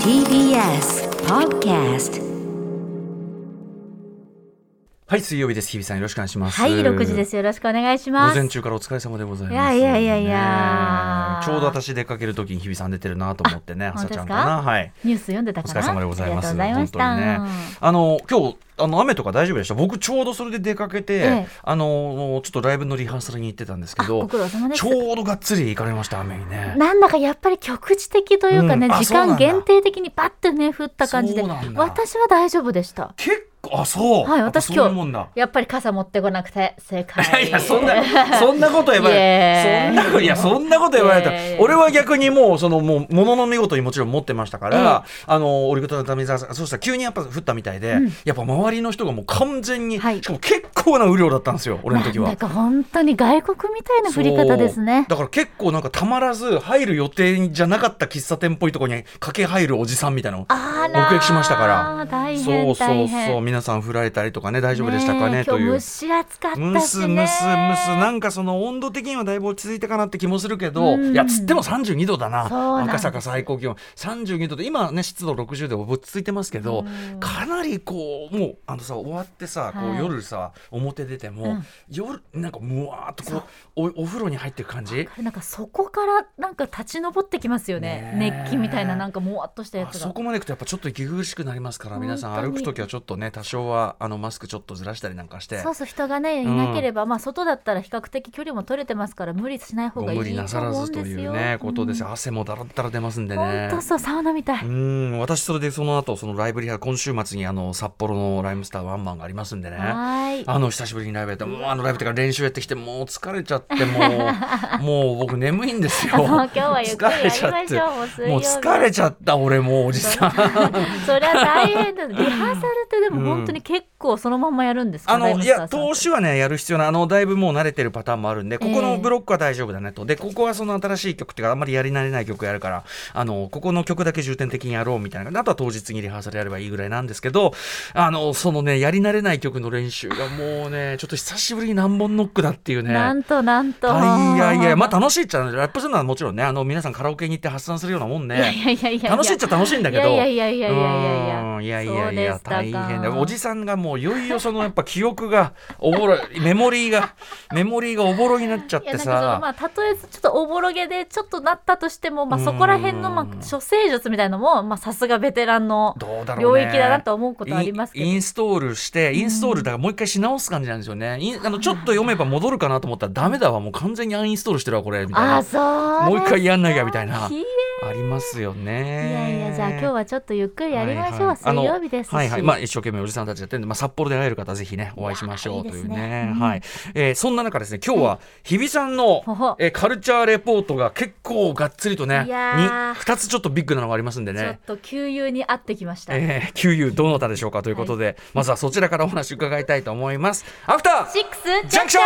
TBS Podcast はい、水曜日です。日比さん、よろしくお願いします。はい、6時です。よろしくお願いし午ます。前中からお疲れ様でございます。いやいやいやいやねえちょうど私出かけるときに日比さん出てるなと思ってね、あ朝ちゃんか本当な。ですはい。ニュース読んでたおか疲なれ様でございます。ありがとうございました。本当にね。あの、今日、あの、雨とか大丈夫でした僕、ちょうどそれで出かけて、ええあの、ちょっとライブのリハーサルに行ってたんですけあどご苦労様、ですちょうどがっつり行かれました、雨にね。なんだかやっぱり局地的というかね、うんあ時そうな間んだ限定的にパッてね、降った感じで、そうなんだ私は大丈夫でした。結構、あ、そう。はい、やっぱ私そう今いうもんだ日、。やっぱり傘持ってこなくて、正 いや解。いやそん なそんなこと言わいれえそんなこといやそんなこと言われたいえいえ俺は逆にもうそのもうものの見事にもちろん持ってましたから、あの折り方の民沢さんそうしたら急にやっぱ降ったみたいで、やっぱ周りの人がもう完全に、はいしかも結構な雨量だったんですよ俺の時はなん。か本当に外国みたいな降り方ですねそう。だから結構なんかたまらず入る予定じゃなかった喫茶店っぽいところに駆け入るおじさんみたいなのあらー目撃しましたから大そ変うそう大そう変。皆さん振られたりとかね大丈夫でしたかねえとい今う日蒸し暑かったしね。ムスムスムスなんかその温度的にはだいぶ落ち着いたかなって気もするけど、うんいやつっても32度だそうななんで赤す坂最高気温32度で今ね湿度60で落ち着いてますけど、かなりこうもうあのさ終わってさ、こはうい夜さ表出ても、うん夜なんかむわーっとこうおお風呂に入ってる感じこれなんかそこからなんか立ち上ってきますよねねえ熱気みたいななんかもわっとしたやあつそがこまで行くとやっぱちょっと息苦しくなりますから皆さん本当歩にく時はちょっとね多少はあのマスクちょっとずらしたりなんかしてそうそう人がねいうんなければ、まあ外だったら比較的距離も取れてますから無理しない方ごがいい無と理なさら思うずんとですいうよねことですよ汗もだらだら出ますんでね。本当そうサウナみたい、うん私それでその後そのライブリハ今週末にあの札幌のライムスターワンマンがありますんでねはーいあの久しぶりにライブやってもうあのライブっていうか練習やってきてもう疲れちゃっても うもう僕眠いんですよあ もう今日はゆっくりやりましょう疲れちもゃうって水曜日もう疲れちゃった俺もうおじさん そりゃ大変 だリハーサルってでも本当に結構そのまんまやるんですか、あライのブいスタやーさんって投資はねやる必要ないあのだいぶもう慣れてるパターンもあるんでここえのえブロックは大丈夫だねとでここはその新しい曲っていうかあんまりやり慣れない曲やるからあのここの曲だけ重点的にやろうみたいなあとは当日にリハーサルやればいいぐらいなんですけどあのそのねやり慣れない曲の練習がもうねちょっと久しぶりに何本ノックだっていうね。なんとなんとあいやいや、まあ楽しいっちゃ、ラップするのはもちろんね、あの皆さんカラオケに行って発散するようなもんいやいね。やいやいや楽しいっちゃ楽しいんだけど。いやいやいやいやいやいやうんいやいやいや、そう大でしたか変だ。おじさんがもういよいよそのやっぱ記憶がおぼろい、メモリーが、 メモリーがおぼろになっちゃっいやてなんかそのさ。まあたとえちょっとおぼろげでちょっとなったとしても、まあ、うんそこら辺のまあ処世術みたいのもまあさすがベテランのどうだろ領うね。域だなと思うことありますけどインインストールしてインストールだからもう一回し直す感じなんですよね、インあのちょっと読めば戻るかなと思ったらダメだわもう完全にアンインストールしてるわこれみたいあなあそうもうです一回やんなきゃみたいなひえありますよいやねいやじゃあ今日はちょっとゆっくりやりましょう、はいはい水曜日ですしはいはい。まあ一生懸命おじさんたちやってるんで、まあ札幌で会える方ぜひね、お会いしましょういやといーういいですねね。うんはい。えーそんな中ですね、今日は日比さんのほほ、えーカルチャーレポートが結構がっつりとね、いにやー二つちょっとビッグなのがありますんでちょっね。と給油に合ってきました、えー、旧友どうなたでしょうかということで、まずはそちらからお話伺いたいと思います。アフターシックスジャンクショ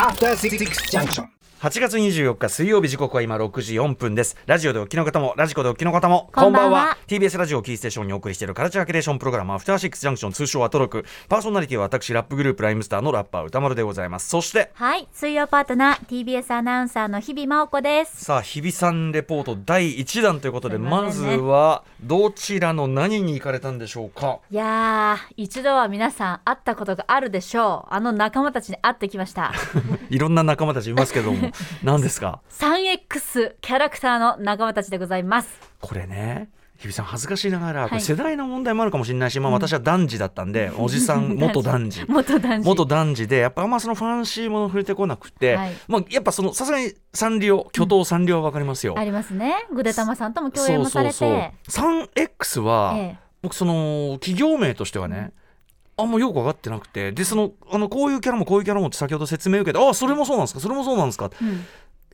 ン After Six Junction. 8月24日水曜日時刻は今6時4分ですラジオでお聞きの方もラジコでお聞きの方もこんばんは TBS ラジオをキーステーションにお送りしているカルチャーキュレーションプログラムアフターシックスジャンクション通称アトロクパーソナリティは私ラップグループライムスターのラッパー歌丸でございますそしてはい水曜パートナー TBS アナウンサーの日々真央子ですさあ日比さんレポート第1弾ということで、すいませんねまずはどちらの何に行かれたんでしょうかいやー一度は皆さん会ったことがあるでしょうあの仲間たちに会ってきましたいろんな仲間たちいますけ ども何ですか 3X キャラクターの仲間たちでございます。これね日比さん恥ずかしいながら、これはい世代の問題もあるかもしれないし、まあ、私は男児だったんで、おじさん元男児元男子。元男児でやっぱあんまそのファンシーもの触れてこなくて、はいまあ、やっぱそのさすがにサンリオ巨頭サンリオは分かりますよ。ありますね。ぐでたまさんとも共演そうもさそうれて。そう。3X は、ええ僕その企業名としてはね、あんまよく分かってなくてでそのあのこういうキャラもこういうキャラもって先ほど説明受けてあそれもそうなんですかそれもそうなんですか、ん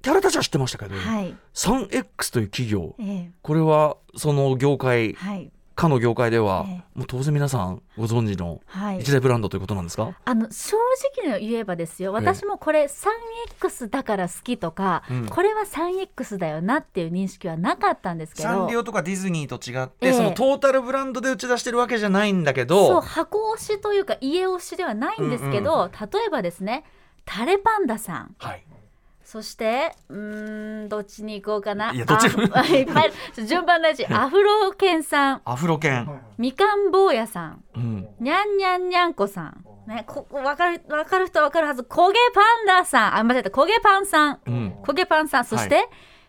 キャラたちは知ってましたけど、はい。 3X という企業ええこれはその業界はい。かの業界では、えもう当然皆さんご存知のはい一。大ブランドということなんですか、あの正直に言えばですよ私もこれ 3X だから好きとか、うんこれは 3X だよなっていう認識はなかったんですけどサンリオとかディズニーと違っえて、えそのトータルブランドで打ち出してるわけじゃないんだけそうど箱推しというか家推しではないんですけど、例えばですねタレパンダさんはい、そしてうーんどっちに行こうかないやどっちあいっぱいあるちょ順番大事アフロ犬さんアフロ犬、みかん坊やさんうん、にゃんにゃんにゃんこさんねこわかるわかる人はわかるはず焦げパンダさんあ間違えた焦げパンさんうん、焦げパンさんそして、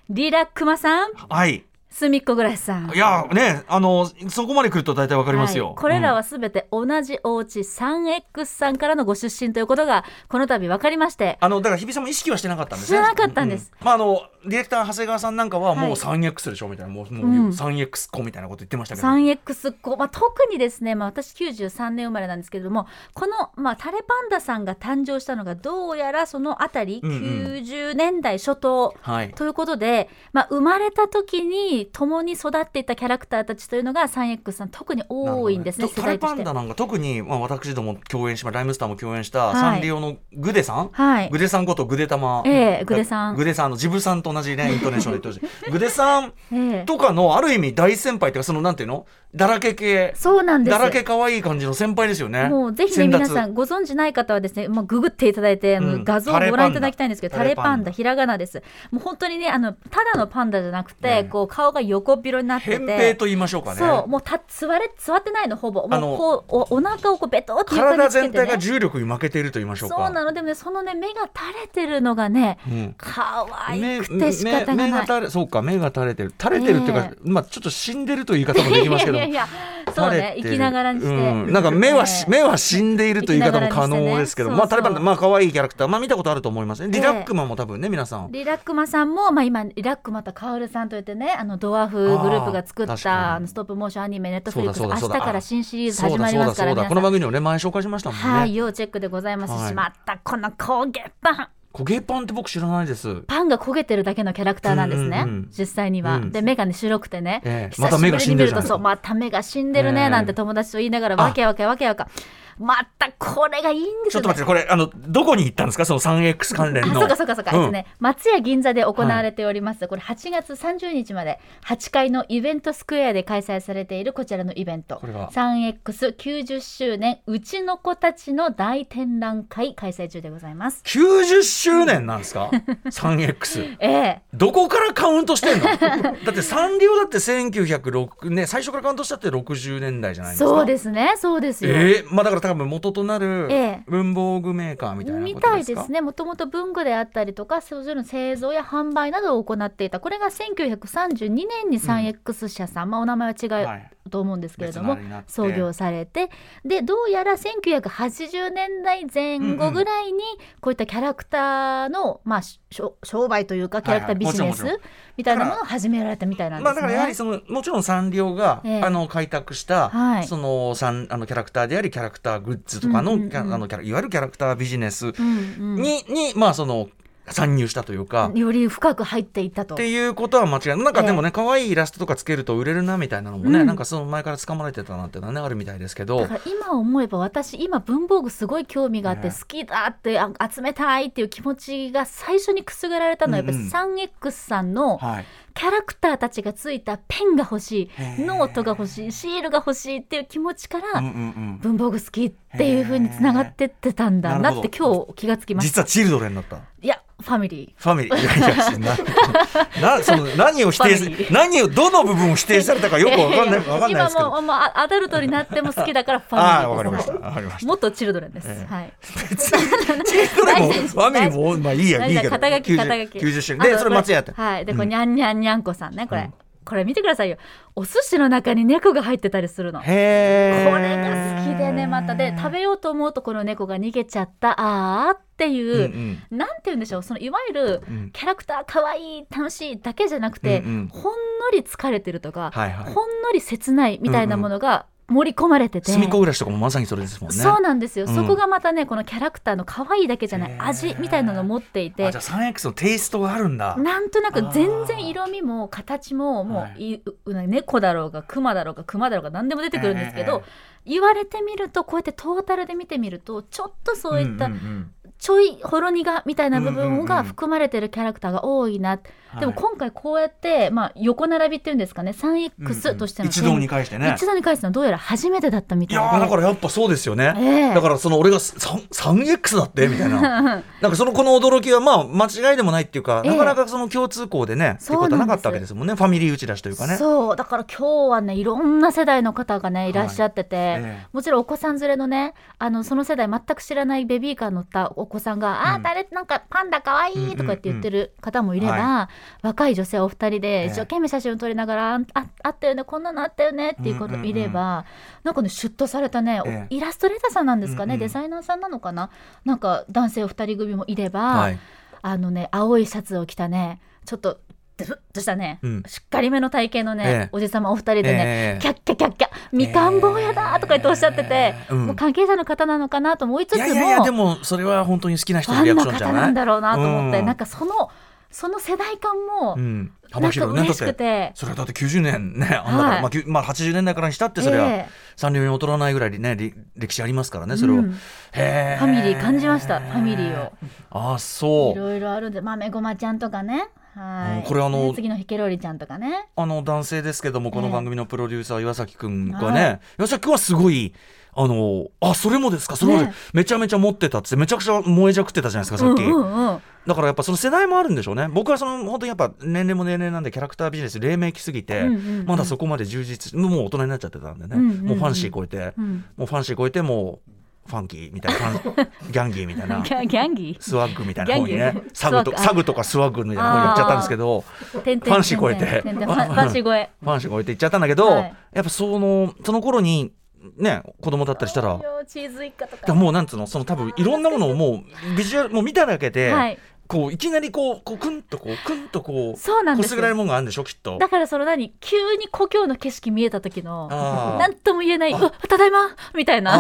リラクマさんはいすみっこぐらしさんいやねあのそこまで来ると大体わかりますよ、はいこれらはすべて同じお家 3X さんからのご出身ということがこの度分かりましてあのだから日比さんも意識はしてなかったんですね。してなかったんですううまああのディレクター長谷川さんなんかはもうはい 3X でしょみたいなもうもううん 3X 子みたいなこと言ってましたけど。 3X 子、まあ、特にですね、まあ、私93年生まれなんですけれどもこの、まあ、タレパンダさんが誕生したのがどうやらそのあたりうんうん90年代初頭はい。ということで、まあ、生まれた時に共に育っていたキャラクターたちというのが 3X さん特に多いんですねと世タレ代とパしンてダ。なんか特に、まあ、私ども共演しまライムスターも共演したはいサンリオのグデさん、はいグデさんことグデ玉、ええグデさんグデさんあのジブさんと同じねイントネーションで言ってほしいグデさんええとかのある意味大先輩っていうかそのなんていうのだらけ系そうなんですだらけ可愛い感じの先輩ですよねもうぜひね先達皆さんご存知ない方はですね、まあ、ググっていただいてあの、うん画像をタレパごンダ覧いただきたいんですけどタタレレパパンンダダひらがなですもう本当にねあのただのパンダじゃなくて、ねこう顔が横広になって扁平てと言いましょうかねそうもうた座れ座ってないのほぼあものうこうおお腹をこうベトって床に体つけ全て体がね重力に負けていると言いましょそううか。なのでもねそのね目が垂れてるのがねうん可愛目くて仕方がない、目目が垂れそうか目が垂れてる垂れてるっていうか、えまあちょっと死んでるという言い方もできますけどいやいやいやそうね生きながらにして、うんなんか目はし、ええ目は死んでいるという言い方も可生きながらにして能ねですけど、そうそうまあタレバンまあ可愛いキャラクターまあ見たことあると思いますねリラックマも多分ね皆さん、リラックマさんも、まあ、今リラックマとカオルさんといってねあのドワーフグループが作あーっ確かたにあのストップモーションアニメネットフリックスそうだそう明だ日から新シリーズ始まりますからそうだそ皆うだそうだこのさん番組でもね前紹介しましたもんね、はい要チェックでございますし、はいまたこの焦げパン焦げパンって僕知らないですパンが焦げてるだけのキャラクターなんですね、うんうんうん実際には、うんで目がね白くてね、ええ久しぶりに見るとまた目が死んでるじゃないですかそうまた目が死んでるねええなんて友達と言いながらわけわけわけわけまたこれがいいんですちょよ、ね、っと待ってこれあのどこに行ったんですかその 3X 関連あ、のそうかそうかそうか、うんえっとね、松屋銀座で行われております、これ8月30日まで8階のイベントスクエアで開催されているこちらのイベントこれが 3X90 周年うちの子たちの大展覧会開催中でございます。 90周年な んですか 3X ええどこからカウントしてんのだってサンリオだって1906ね最初からカウントしたって60年代じゃないですかそうですねそうですよ、ええまあだから多分元となるええ文房具メーカーみたいなことですみかたいですねもともと文具であったりとかそれぞれの製造や販売などを行っていたこれが1932年に 3X 社さん、まあお名前はは違いうと思うんですけれども、別なりになって創業されてでどうやら1980年代前後ぐらいにこういったキャラクターの、まあ、しょ商売というかキャラクタービジネスはいはいもちろんもみたいなものを始められたみたいなんでまあ、すだからやはりね。そのもちろんサンリオが、ええあの開拓した、はいそのサンあのキャラクターでありキャラクターグッズとかの,、うんうんうんキャラあのキャラいわゆるキャラクタービジネスに,、うんうんにまあその参入したというか。より深く入っていったとっていうことは間違いないなんかええでもね、可愛いイラストとかつけると売れるなみたいなのもね、うんなんかその前から掴まれてたなっていうのはねあるみたいですけどだから今思えば私今文房具すごい興味があってね好きだってあ集めたいっていう気持ちが最初にくすぐられたのはやっぱうんうん 3X さんのはいキャラクターたちがついたペンが欲しいへーノートが欲しいシールが欲しいっていう気持ちからん文房具好きっていう風につながってってたんだなってへーなる今日気がつきまし実はチルドレンだったたいやファミリファミリーいやいやななその何を否定すファミリー何をどの部分を否定されたかーよくわかんないわかんない今ですけどももうあアダルトになっても好きだからファミリーあですあわかりましたはいわかりましたもっとチルドレンです、ええはい別 にチルドレン大丈も夫ですファミリーもまあいいや大いい丈夫けど肩書き肩書き90周あ年でとそれ松屋やってこれはいでこれうんにゃんにゃんにゃんこさんねこれ、うんこれ見てくださいよお寿司の中に猫が入ってたりするのこへえれが好きでねまたで食べようと思うとこの猫が逃げちゃったあーっていう、うんなんて言うんでしょうそのいわゆるうんキャラクター可愛い楽しいだけじゃなくて、うんうんほんのり疲れてるとか、はいはいほんのり切ないみたいなものが盛り込まれてて、住み子暮らしとかもまさにそれですもんねそうなんですよ、うんそこがまたねこのキャラクターの可愛いだけじゃなへいー味みたいなのを持っていてあじゃあ 3X のテイストがあるんだなんとなく全然色味も形ももはうい、う猫だろうが熊だろうが熊だろうが何でも出てくるんですけど、言われてみるとこうやってトータルで見てみるとちょっとそういったんんんちょいほろ苦みたいな部うんうんう分んが含まれてるキャラクターが多いな、でも今回こうやって、まあ、横並びっていうんですかねうんう 3X んとしての一堂に会してね一堂に会してのどうやら初めてだったみいたいやでーだからやっぱそうですよね、ええだからその俺がさん 3X だってみたいな なんかそのこの驚きはまあ間違いでもないっていうか、ええなかなかその共通項でねってそうこなんですとはなかったわけですもんねファミリー打ち出しというかねそうだから今日はねいろんな世代の方がねいらっしゃってて、ええもちろんお子さん連れのねあのその世代全く知らないベビーカー乗ったお子さんが「あうーん誰なんかパンダかわいい!」とか言って言ってる方もいれば、うんうんうん若い女性お二人えで一生懸命写真を撮りながら「あんああったよねこんなのあったよね」っていうこともいれば、うなんかねシュッとされたね、おええイラストレーターさんなんですかね、うんうんデザイナーさんなのかななんか男性お二人組もいれば、はいあのね青いシャツを着たねちょっとドゥフッとしたね、うんしっかりめの体型のね、ええおじさまお二人でね、ええキャッキャキャッキャみかん坊やだとか言っておっしゃってて、ええうんもう関係者の方なのかなと思いつついもやいやいやでもそれは本当に好きなフ人のリァアンクのションじゃ方なないんだろうなと思って、うんなんかそのその世代感も、うん、な幅んか広いね嬉だしくってて。それはだって90年ねあんだから、はいまあきゅ、まあ80年代からにしたってそれえはえ三流に劣らないぐらいにねり歴史ありますからねそれを、うんへえファミリー感じましたファミリーをああそういろいろあるんで豆ごまちゃんとかねはうんいこれあのね次のヒケロリちゃんとかねあの男性ですけども、このええ番組のプロデューサー、岩崎くんがはね、岩崎くんはすごい、あの、あ、それもですか、それまでねめちゃめちゃ持ってたっつって、めちゃくちゃ燃えじゃくってたじゃないですか、さっき。うんうんうんだからやっぱその世代もあるんでしょうね。僕はその、本当にやっぱ年齢も年齢なんで、キャラクタービジネス、黎明期すぎて、うんうんうんまだそこまで充実し、もう大人になっちゃってたんでね、うんうんうんもうファンシー超えて、うんもうファンシー超えて、もう、ファンキーみたいな、ファンギャンギーみたいなギ。ャギャンギースワッグみたいな方にギャンねギーサグとスワッグあサグとかスワッグみたいな方にやっちゃったんですけどてんてんてんてんファンシー超えてんんファンファンシー超えファンシーが置いて行っちゃったんだけど、はいやっぱそのその頃にね子供だったりしたら。チーズ一家とだからかもうなんつうのその多分いろんなものをもうビジュアルもう見ただけで、はいこういきなりこうこうくんとこうくんとこうそうなんこですすぐらいよるものがあるんでしょきっとだからその何急に故郷の景色見えた時のあーなんとも言えないうわただいまみたいな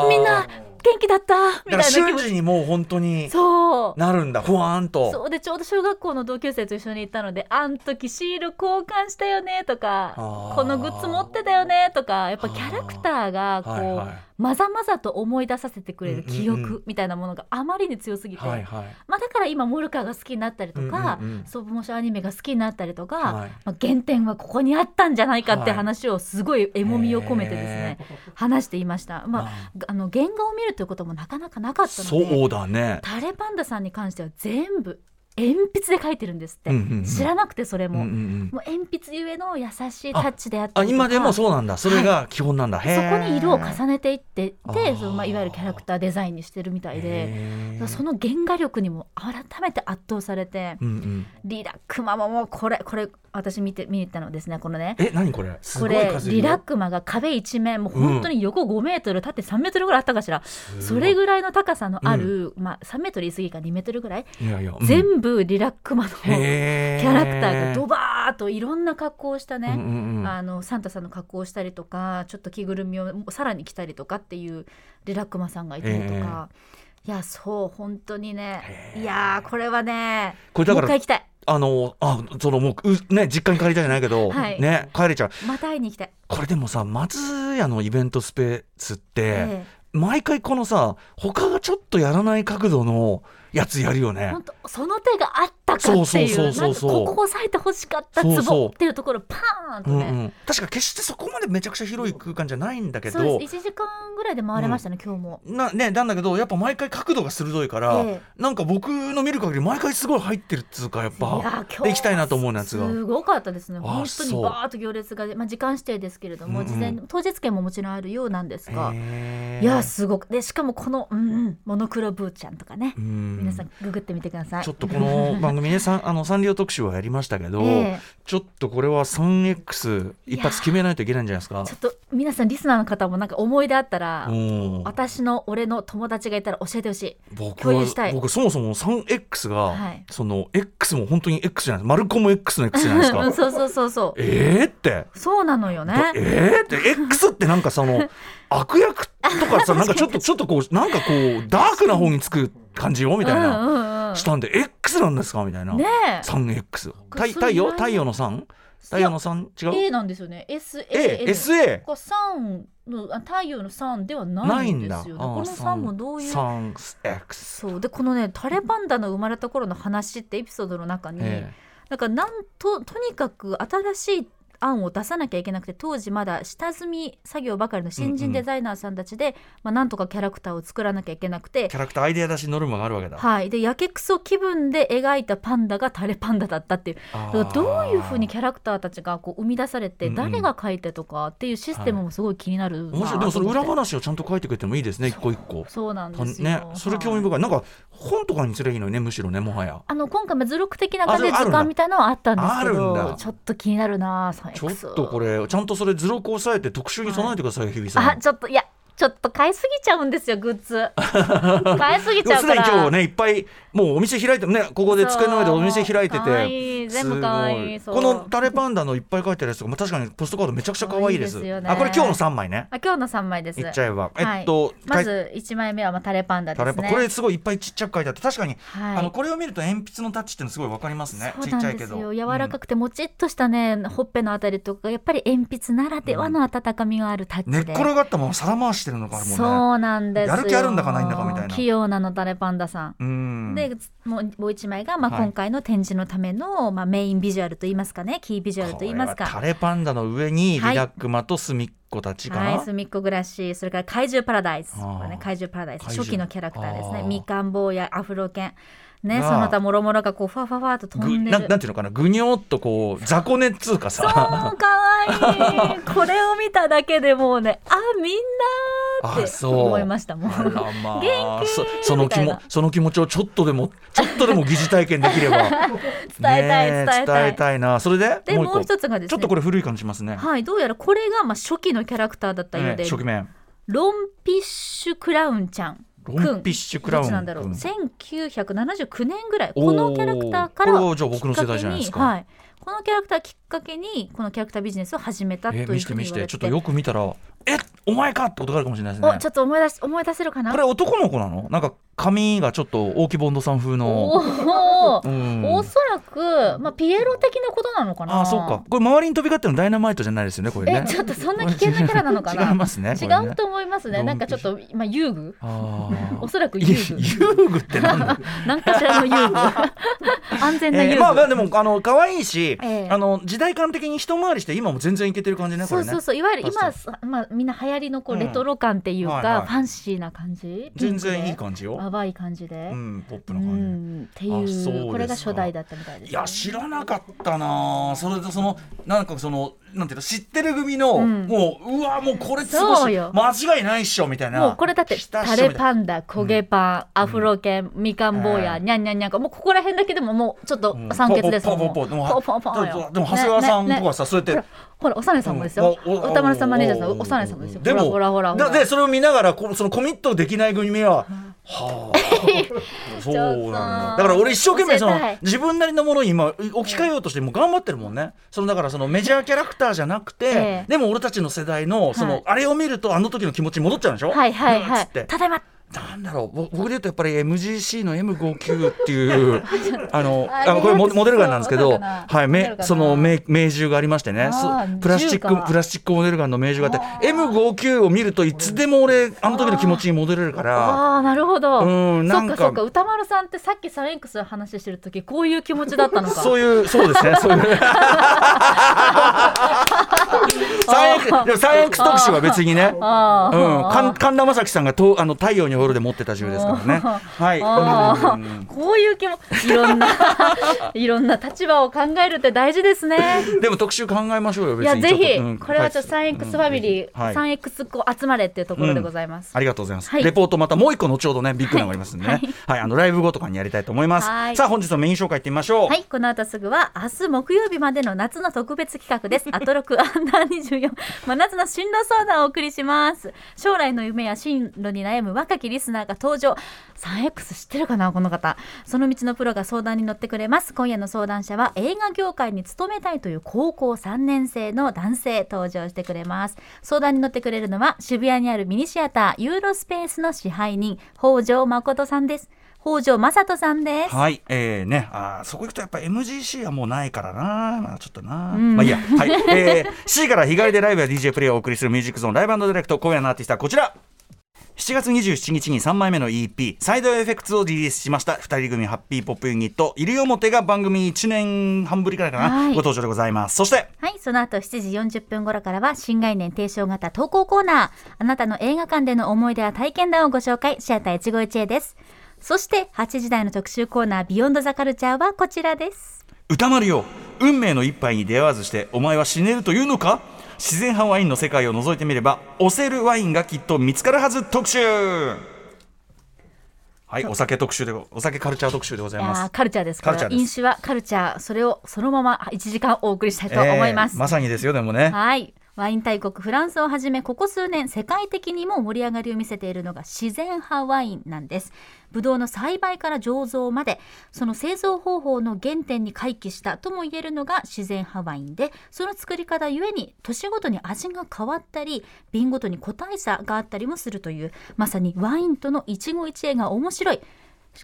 あーみんな元気だったみだたからいな気瞬持ち時にもう本当にそうなるんだふわーんとそうでちょうど小学校の同級生と一緒に行ったので「あん時シール交換したよね」とかあー「このグッズ持ってたよね」とかやっぱキャラクターがこう、はいはまざまざと思い出させてくれる記うんうんう憶みたいなものがあまりに強すぎいて、はいはいまあ、だから今モルカーが好きになったりとか、うんうんうんストップモーションアニメが好きになったりとか、はいまあ、原点はここにあったんじゃないかってはい話をすごい絵もみを込めてですね、話していました。まあ、あの原画を見るということもなかなかなかったのでそうだねタレパンダさんに関しては全部鉛筆で書いてるんですって、うんうんうん知らなくてそれも、うんうんうんもう鉛筆ゆえの優しいタッチであったありとか今でもそうなんだそれが基本なんだ、へそこーに色を重ねていってあでーその、まあ、いわゆるキャラクターデザインにしてるみたいで。へーその原画力にも改めて圧倒されて、うんうん、リラックママもこれこれ私見て見に行ったのですねこのねえ何これすこごいれ数いるリよラックマが壁一面もう本当に横5メートル縦3メートルぐらいあったかしら、それぐらいの高さのある、まあ、3メートル言い過ぎか2メートルぐらいいやいや、うん全部リラックマのキャへーラクターがドバーっといろんな格好をしたうんうね、んうんあのサンタさんの格好をしたりとかちょっと着ぐるみをさらに着たりとかっていうリラックマさんがいたりとか、いやそう本当にねいやーこれはねこれだからもう一回行きたいあのあそのもううね実家に帰りたいじゃないけど、はいね帰れちゃうまた会いに行きたい。これでもさ松屋のイベントスペースって、え毎回このさ他がちょっとやらない角度のやつやるよえね本当その手があったかっていそううそうなそんうかそうここ押さえてほしかったそうツそボうっていうところパーンとうんね、うん、確か決してそこまでめちゃくちゃ広い空間じゃないんだけそうどです1時間ぐらいで回れましたね、今日も。なね、なんだけどやっぱ毎回角度が鋭いから、えなんか僕の見る限り毎回すごい入ってるっつうかやっいやぱ今日で行きたいなと思うやつが。すごかったですねあ本当にそうバーッと行列がで、まあ、時間指定ですけれども、うんうん事前当日券ももちろんあるようなんですが、へーいやすごくでしかもこの、うんうん、モノクロブーちゃんとかね、うん皆さんググってみてくださいちょっとこの番組ね、さんあのサンリオ特集はやりましたけど、ええちょっとこれは 3X 一発決めないといけないんじゃないですかちょ。っと皆さんリスナーの方もなんか思い出あったら、うん私の俺の友達がいたら教えてほしい僕共は有したい僕そもそも 3X が、はいその X も本当に X じゃないですマルコも X の X じゃないです うんか。そうそうそうそうええって。そうなのよねええって X ってなんか その悪役とかさなんかちょっとちょっとこうなんかこうダークな方につく感じよみたいな、うんうんうんしたんで X なんですかみたいな、ね 3X こ太れ太陽それ何太陽の 3? 太陽の 3? 違うえ A なんですよね A、 SAN SA これ三のあ太陽の三ではなないいんんでだ。すよねこの三もどういう 3X。そうでこのねタレパンダの生まれた頃の話ってエピソードの中に、ええだからなんととにかく新しい案を出さなきゃいけなくて当時まだ下積み作業ばかりの新うんう人んデザイナーさんたちで、まあ、なんとかキャラクターを作らなきゃいけなくてキャラクターアイデアだしノルマがあるわけだ。はい、でやけくそ気分で描いたパンダがタレパンダだったっていうあだーからどういうふうにキャラクターたちがこう生み出されてうんうん誰が描いてとかっていうシステムもすごい気になるな面白いでと思っもてその裏話をちゃんと書いてくれてもいいですね一個一個。そうなんたですよ、ね、それ興味はい深い、なんか本とかにすればいいのにね、むしろね、もはや。あの今回も図録的な感じであそうある図んだ鑑みたいなのはあったんですけあるんだどちょっと気になるなサイちょクっスとこれ、ちゃんとそれ図録を押さえて、特集に備えてください、日々さん。あちょっといやちょっと買いすぎちゃうんですよグッ ズ買いすぎちでもゃうすかでにら今日ね、いっぱい、もうお店開いて、ね、ここで机の上でお店開いてそう可愛て。い全部可愛いすそごうこのタレパンダのいっぱい書いてあるやつとか、まあ確かにポストカードめちゃくちゃ可愛いです。可愛いですよねあ、これ今日の三枚ね。あ今日の3枚ですいっちゃえば、はいえっと、まず1枚目はまあタレパンダですタレねパンこれすごいいっぱいちっちゃく書いてあって、確かに、はいあのこれを見ると鉛筆のタッチってのすごいわかりますね。そうちっなちゃんいでけすど。よ柔らうんかくてもちっとしたね、ほっぺのあたりとかやっぱり鉛筆ならではの温かみがあるタッチで、寝っ転がったまま皿回してるのかもね。そうなんですよやる気あるんだかないんだかみたいな器用なのタレパンダさんうん。でもうもう一枚が、まあ、はい今回の展示のための、まあ、メインビジュアルといいますかねキービジュアルといいますこれはかタレパンダの上にリはいラックマとすみっこたちかな、はい、すみっこ暮らしそれから怪獣パラダイスあーこれ、ね、怪獣パラダイス怪獣初期のキャラクターですあねーみかん坊やアフロ犬ねなあその他もろもろがこうファファファと飛ぐんでなるなんていうのかなぐにょっとこう雑魚寝っつうかそうさ可愛いこれを見ただけでもうね あみんなーあってそう思いましたもんあらまあ元気そその気みたもいなその気持ちをちょっとでもちょっとでも疑似体験でき れば伝えたい伝えたいなそれででもう個一つがですねちょっとこれ古い感じしますね、はいどうやらこれがまあ初期のキャラクターだったようえで、え初期面ロンピッシュクラウンちゃんくんロンピッシュクラウンどっちなんだろうくん1979年ぐらいおーこのキャラクターからこれはじゃあ僕の世代じゃないですかきっけにはい、このキャラクターきっかけにこのキャラクタービジネスを始めたといえうふう見にせて見せ言われててちょっとよく見たらえお前かってことがあるかもしれないですねおちょっと思い出し思い出せるかなこれ男の子なのなんか髪がちょっと大木ボンドさん風おのーうんおそらく、まあ、ピエロ的なことなのかな。ああそうか。これ周りに飛び交ってるのダイナマイトじゃないですよねこれえ、ねちょっとそんな危険なキャラなのかな。 違いますねこ違れね うと思いますね。なんかちょっと、まあ、遊具。あおあそらく遊遊具。具ってな んだ、なんかしらの遊 具。安全な遊えー具。まあまあでもあの可愛いし、ええあの時代感的に一回りして今も全然いけてる感じねこそれうねそうそういわゆるパ今、さまあ、みんな流行りのこううんレトロ感っていうか、はいはいファンシーな感じ全然いいじ感じよ、淡い感じで、ううんん、ポップな感じ、ん、っていあそうですうかこれが初代だったみたいですいや知らなかったなあそれとそのなんかそのなんていうの知ってる組の、うんもううわもうこれすごいそうしよ間違いないっしょみたいなもうこれだって来たっしょタみたいレなパンダ焦げパン、アフロ犬みかん坊や、ええにゃんにゃんにゃんかもうここら辺だけでももうちょっとうん酸欠ですポもんンポンポンポンでもポンポンポンでよもでも長谷川さんねねとかさ、そうやってほらほらおさねさんもですようんおお歌丸さんマネージャーさおおんおさねさんもですよでもほらほらほらだほらでそれを見ながらこそのコミットできない組は、はあそうなんだだから俺一生懸命その教えたい自分なりのものに今置き換えようとしてもう頑張ってるもんねそのだからそのメジャーキャラクターじゃなくて、ええでも俺たちの世代のその、はいあれを見るとあの時の気持ちに戻っちゃうんでしょはいはいうわはっつっていただいまなんだろうぼ僕で言うとやっぱり MGC の M59 っていう あのああこれリラモックスモデルガンなんですけわど、かるかなはい、わかめるかなその名名銃がありましてねあそープラスチッ銃かクプラスチックモデルガンの名銃があって M59 を見るといつでも俺あの時の気持ちに戻れるからああーなるほど、うんなんかそっかそっか歌丸さんってさっきサインクスの話してる時こういう気持ちだったのかそういうそうです ねそういうサイエンスでもサイエンス特集は別にね。あうーん、神神田正輝さんがとあの太陽にほるで持ってた銃ですからね。はい。あーうんこういう気もいろんないろんな立場を考えるって大事ですね。 でも特集考えましょうよ。い別やにぜちひ、ょっとうんこれはちょっとサンエックスファミリー、うんはいサンエックスこう集まれっていうところでございます。ありがとうございます。はいレポートまたもう一個後ほどね、ビッグなのがありますんでね。はい、あのライブ後とかにやりたいと思います。はいさあ、本日のメイン紹介いってみましょう。はい、この後すぐは明日木曜日までの夏の特別企画 です。アトロクアンダー24、真夏の進路相談をお送りします。将来の夢や進路に悩む若きリスナーが登場。3X 知ってるかなこの方。その道のプロが相談に乗ってくれます。今夜の相談者は映画業界に勤めたいという高校3年生の男性登場してくれます。相談に乗ってくれるのは渋谷にあるミニシアターユーロスペースの支配人、北条誠さんです。北条正人さんです。はい、えー、ね、あーそこ行くとやっぱ MGC はもうないからな、まあ、ちょっとな、んまあいいや、はい、えー、C から日帰りでライブや DJ プレイをお送りするミュージックゾーンライブディレクト、今夜のアーティストはこちら。 7月27日に3枚目の EP「サイドエフェクツ」をリリースしました2人組ハッピーポップユニット西表が番組1年半ぶりからかな、はいご登場でございますそしてはい、その後7時40分頃からは新概念提唱型投稿コーナー。あなたの映画館での思い出や体験談をご紹介、シアター一期一会です。そして8時台の特集コーナー、ビヨンドザカルチャーはこちらです。歌丸よ運命の一杯に出会わずしてお前は死ねるというのか自然派ワインの世界を覗いてみれば押せるワインがきっと見つかるはず特集はいお酒特集でごお酒カルチャー特集でございいまやーすカルチャーです。これカはルチャーです飲酒はカルチャー。それをそのまま1時間お送りしたいと思います。えーまさにですよでもねはい。ワイン大国フランスをはじめここ数年世界的にも盛り上がりを見せているのが自然派ワインなんですブドウの栽培から醸造までその製造方法の原点に回帰したとも言えるのが自然派ワインでその作り方ゆえに年ごとに味が変わったり瓶ごとに個体差があったりもするというまさにワインとの一期一会が面白い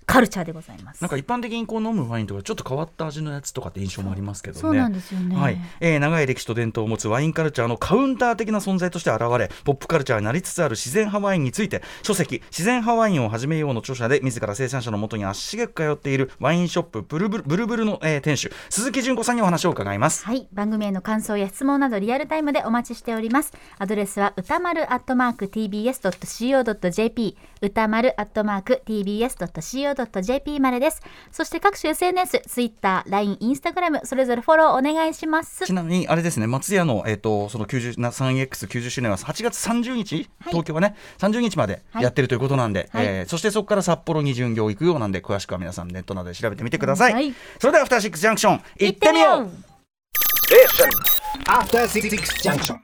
カルチャーでございますなんか一般的にこう飲むワインとかちょっと変わった味のやつとかって印象もありますけどねそうなんですよねはいえー長い歴史と伝統を持つワインカルチャーのカウンター的な存在として現れポップカルチャーになりつつある自然派ワインについて書籍「自然派ワインを始めよう」の著者で自ら生産者のもとに足しげく通っているワインショップブルブルブルブルの、えー店主鈴木純子さんにお話を伺います。はい番組への感想や質問などリアルタイムでお待ちしておりますアドレスは歌丸アットマーク tbs.co.jp 歌丸アットマーク tbs.co.jp までですそして各種 SNS ツイッター LINE インスタグラムそれぞれフォローお願いしますちなみにあれですね松屋のえっ、とその 93X90 周年は8月30日、はい東京はね30日まではいやってるということなんで、はいえーそしてそこから札幌に巡業行くようなんで詳しくは皆さんネットなどで調べてみてください、はいそれではアフターシックスジャンクション行ってみよう After Six Junction.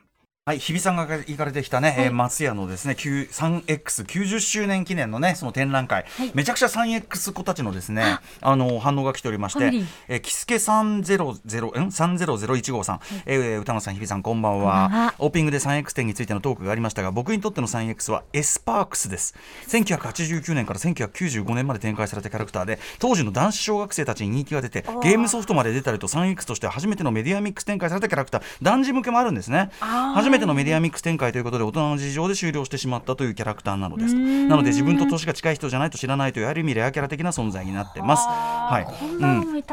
はい、日比さんが行かれてきたね、いえー松屋のですね、Q- 3X90 周年記念のね、その展覧会、いめちゃくちゃ 3X 子たちのですね、あの、反応が来ておりましファてミリー、えー、キスケ300、ん ?3001 号さん、えー歌野さん、日比さん、こんばんこんばんはは。オープニングで 3X 展についてのトークがありましたが、僕にとっての 3X はエスパークスです。1989年から1995年まで展開されたキャラクターで、当時の男子小学生たちに人気が出て、ゲームソフトまで出たりと 3X としては初めてのメディアミックス展開されたキャラクター、男児向けもあるんですね。初めてのメディアミックス展開ということで、大人の事情で終了してしまったというキャラクターなのです。なので、自分と年が近い人じゃないと知らないという、ある意味レアキャラ的な存在になってます。はい。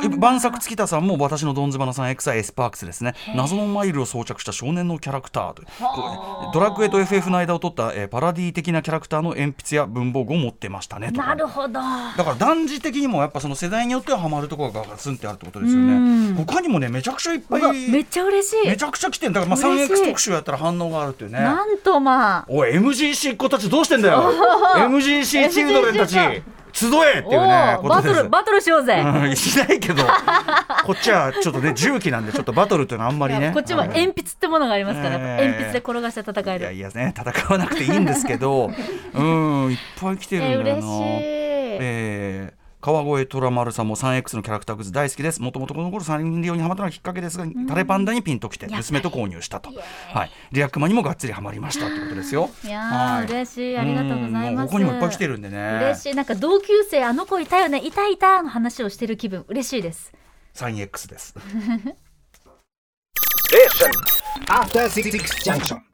うん。晩作月田さんも私のどんずばの 3X はエスパークスですね謎のマイルを装着した少年のキャラクターというこうドラクエと FF の間を取った、えーパラディ的なキャラクターの鉛筆や文房具を持ってましたねとなるほどだから男児的にもやっぱその世代によってはハマるところがガツンってあるってことですよね他にもねめちゃくちゃいっぱうわいめっちゃ嬉しいめちゃくちゃ来てんだから、まあ、嬉しい 3X 特集やったら反応があるっていうねなんとまあおい MGC っ子たちどうしてんだ よ MGC チルドレンたち MGC 集えっていおうねーことバでトすルバトルしようぜ、うんしない けどこっちはちょっとね重機なんでちょっとバトルというのはあんまりねこっちは鉛筆ってものがありますから、はいやっぱ鉛筆で転がして戦えいやるいやね戦わなくていいんですけ どうんいっぱい来てえるんだよ嬉なしい、えー川越虎丸さんも 3X のキャラクターグッズ大好きですもともとこの頃サンリオにハマったのがきっかけですが、タレパンダにピンときて娘と購入したと、はい、リアクマにもがっつりハマりましたってことですよいやー、はい嬉しいありがとうございんまもうすここにもいっぱい来てるんでね嬉しいなんか同級生あの子いたよねいたいたの話をしてる気分嬉しいです 3X です After Six Junction.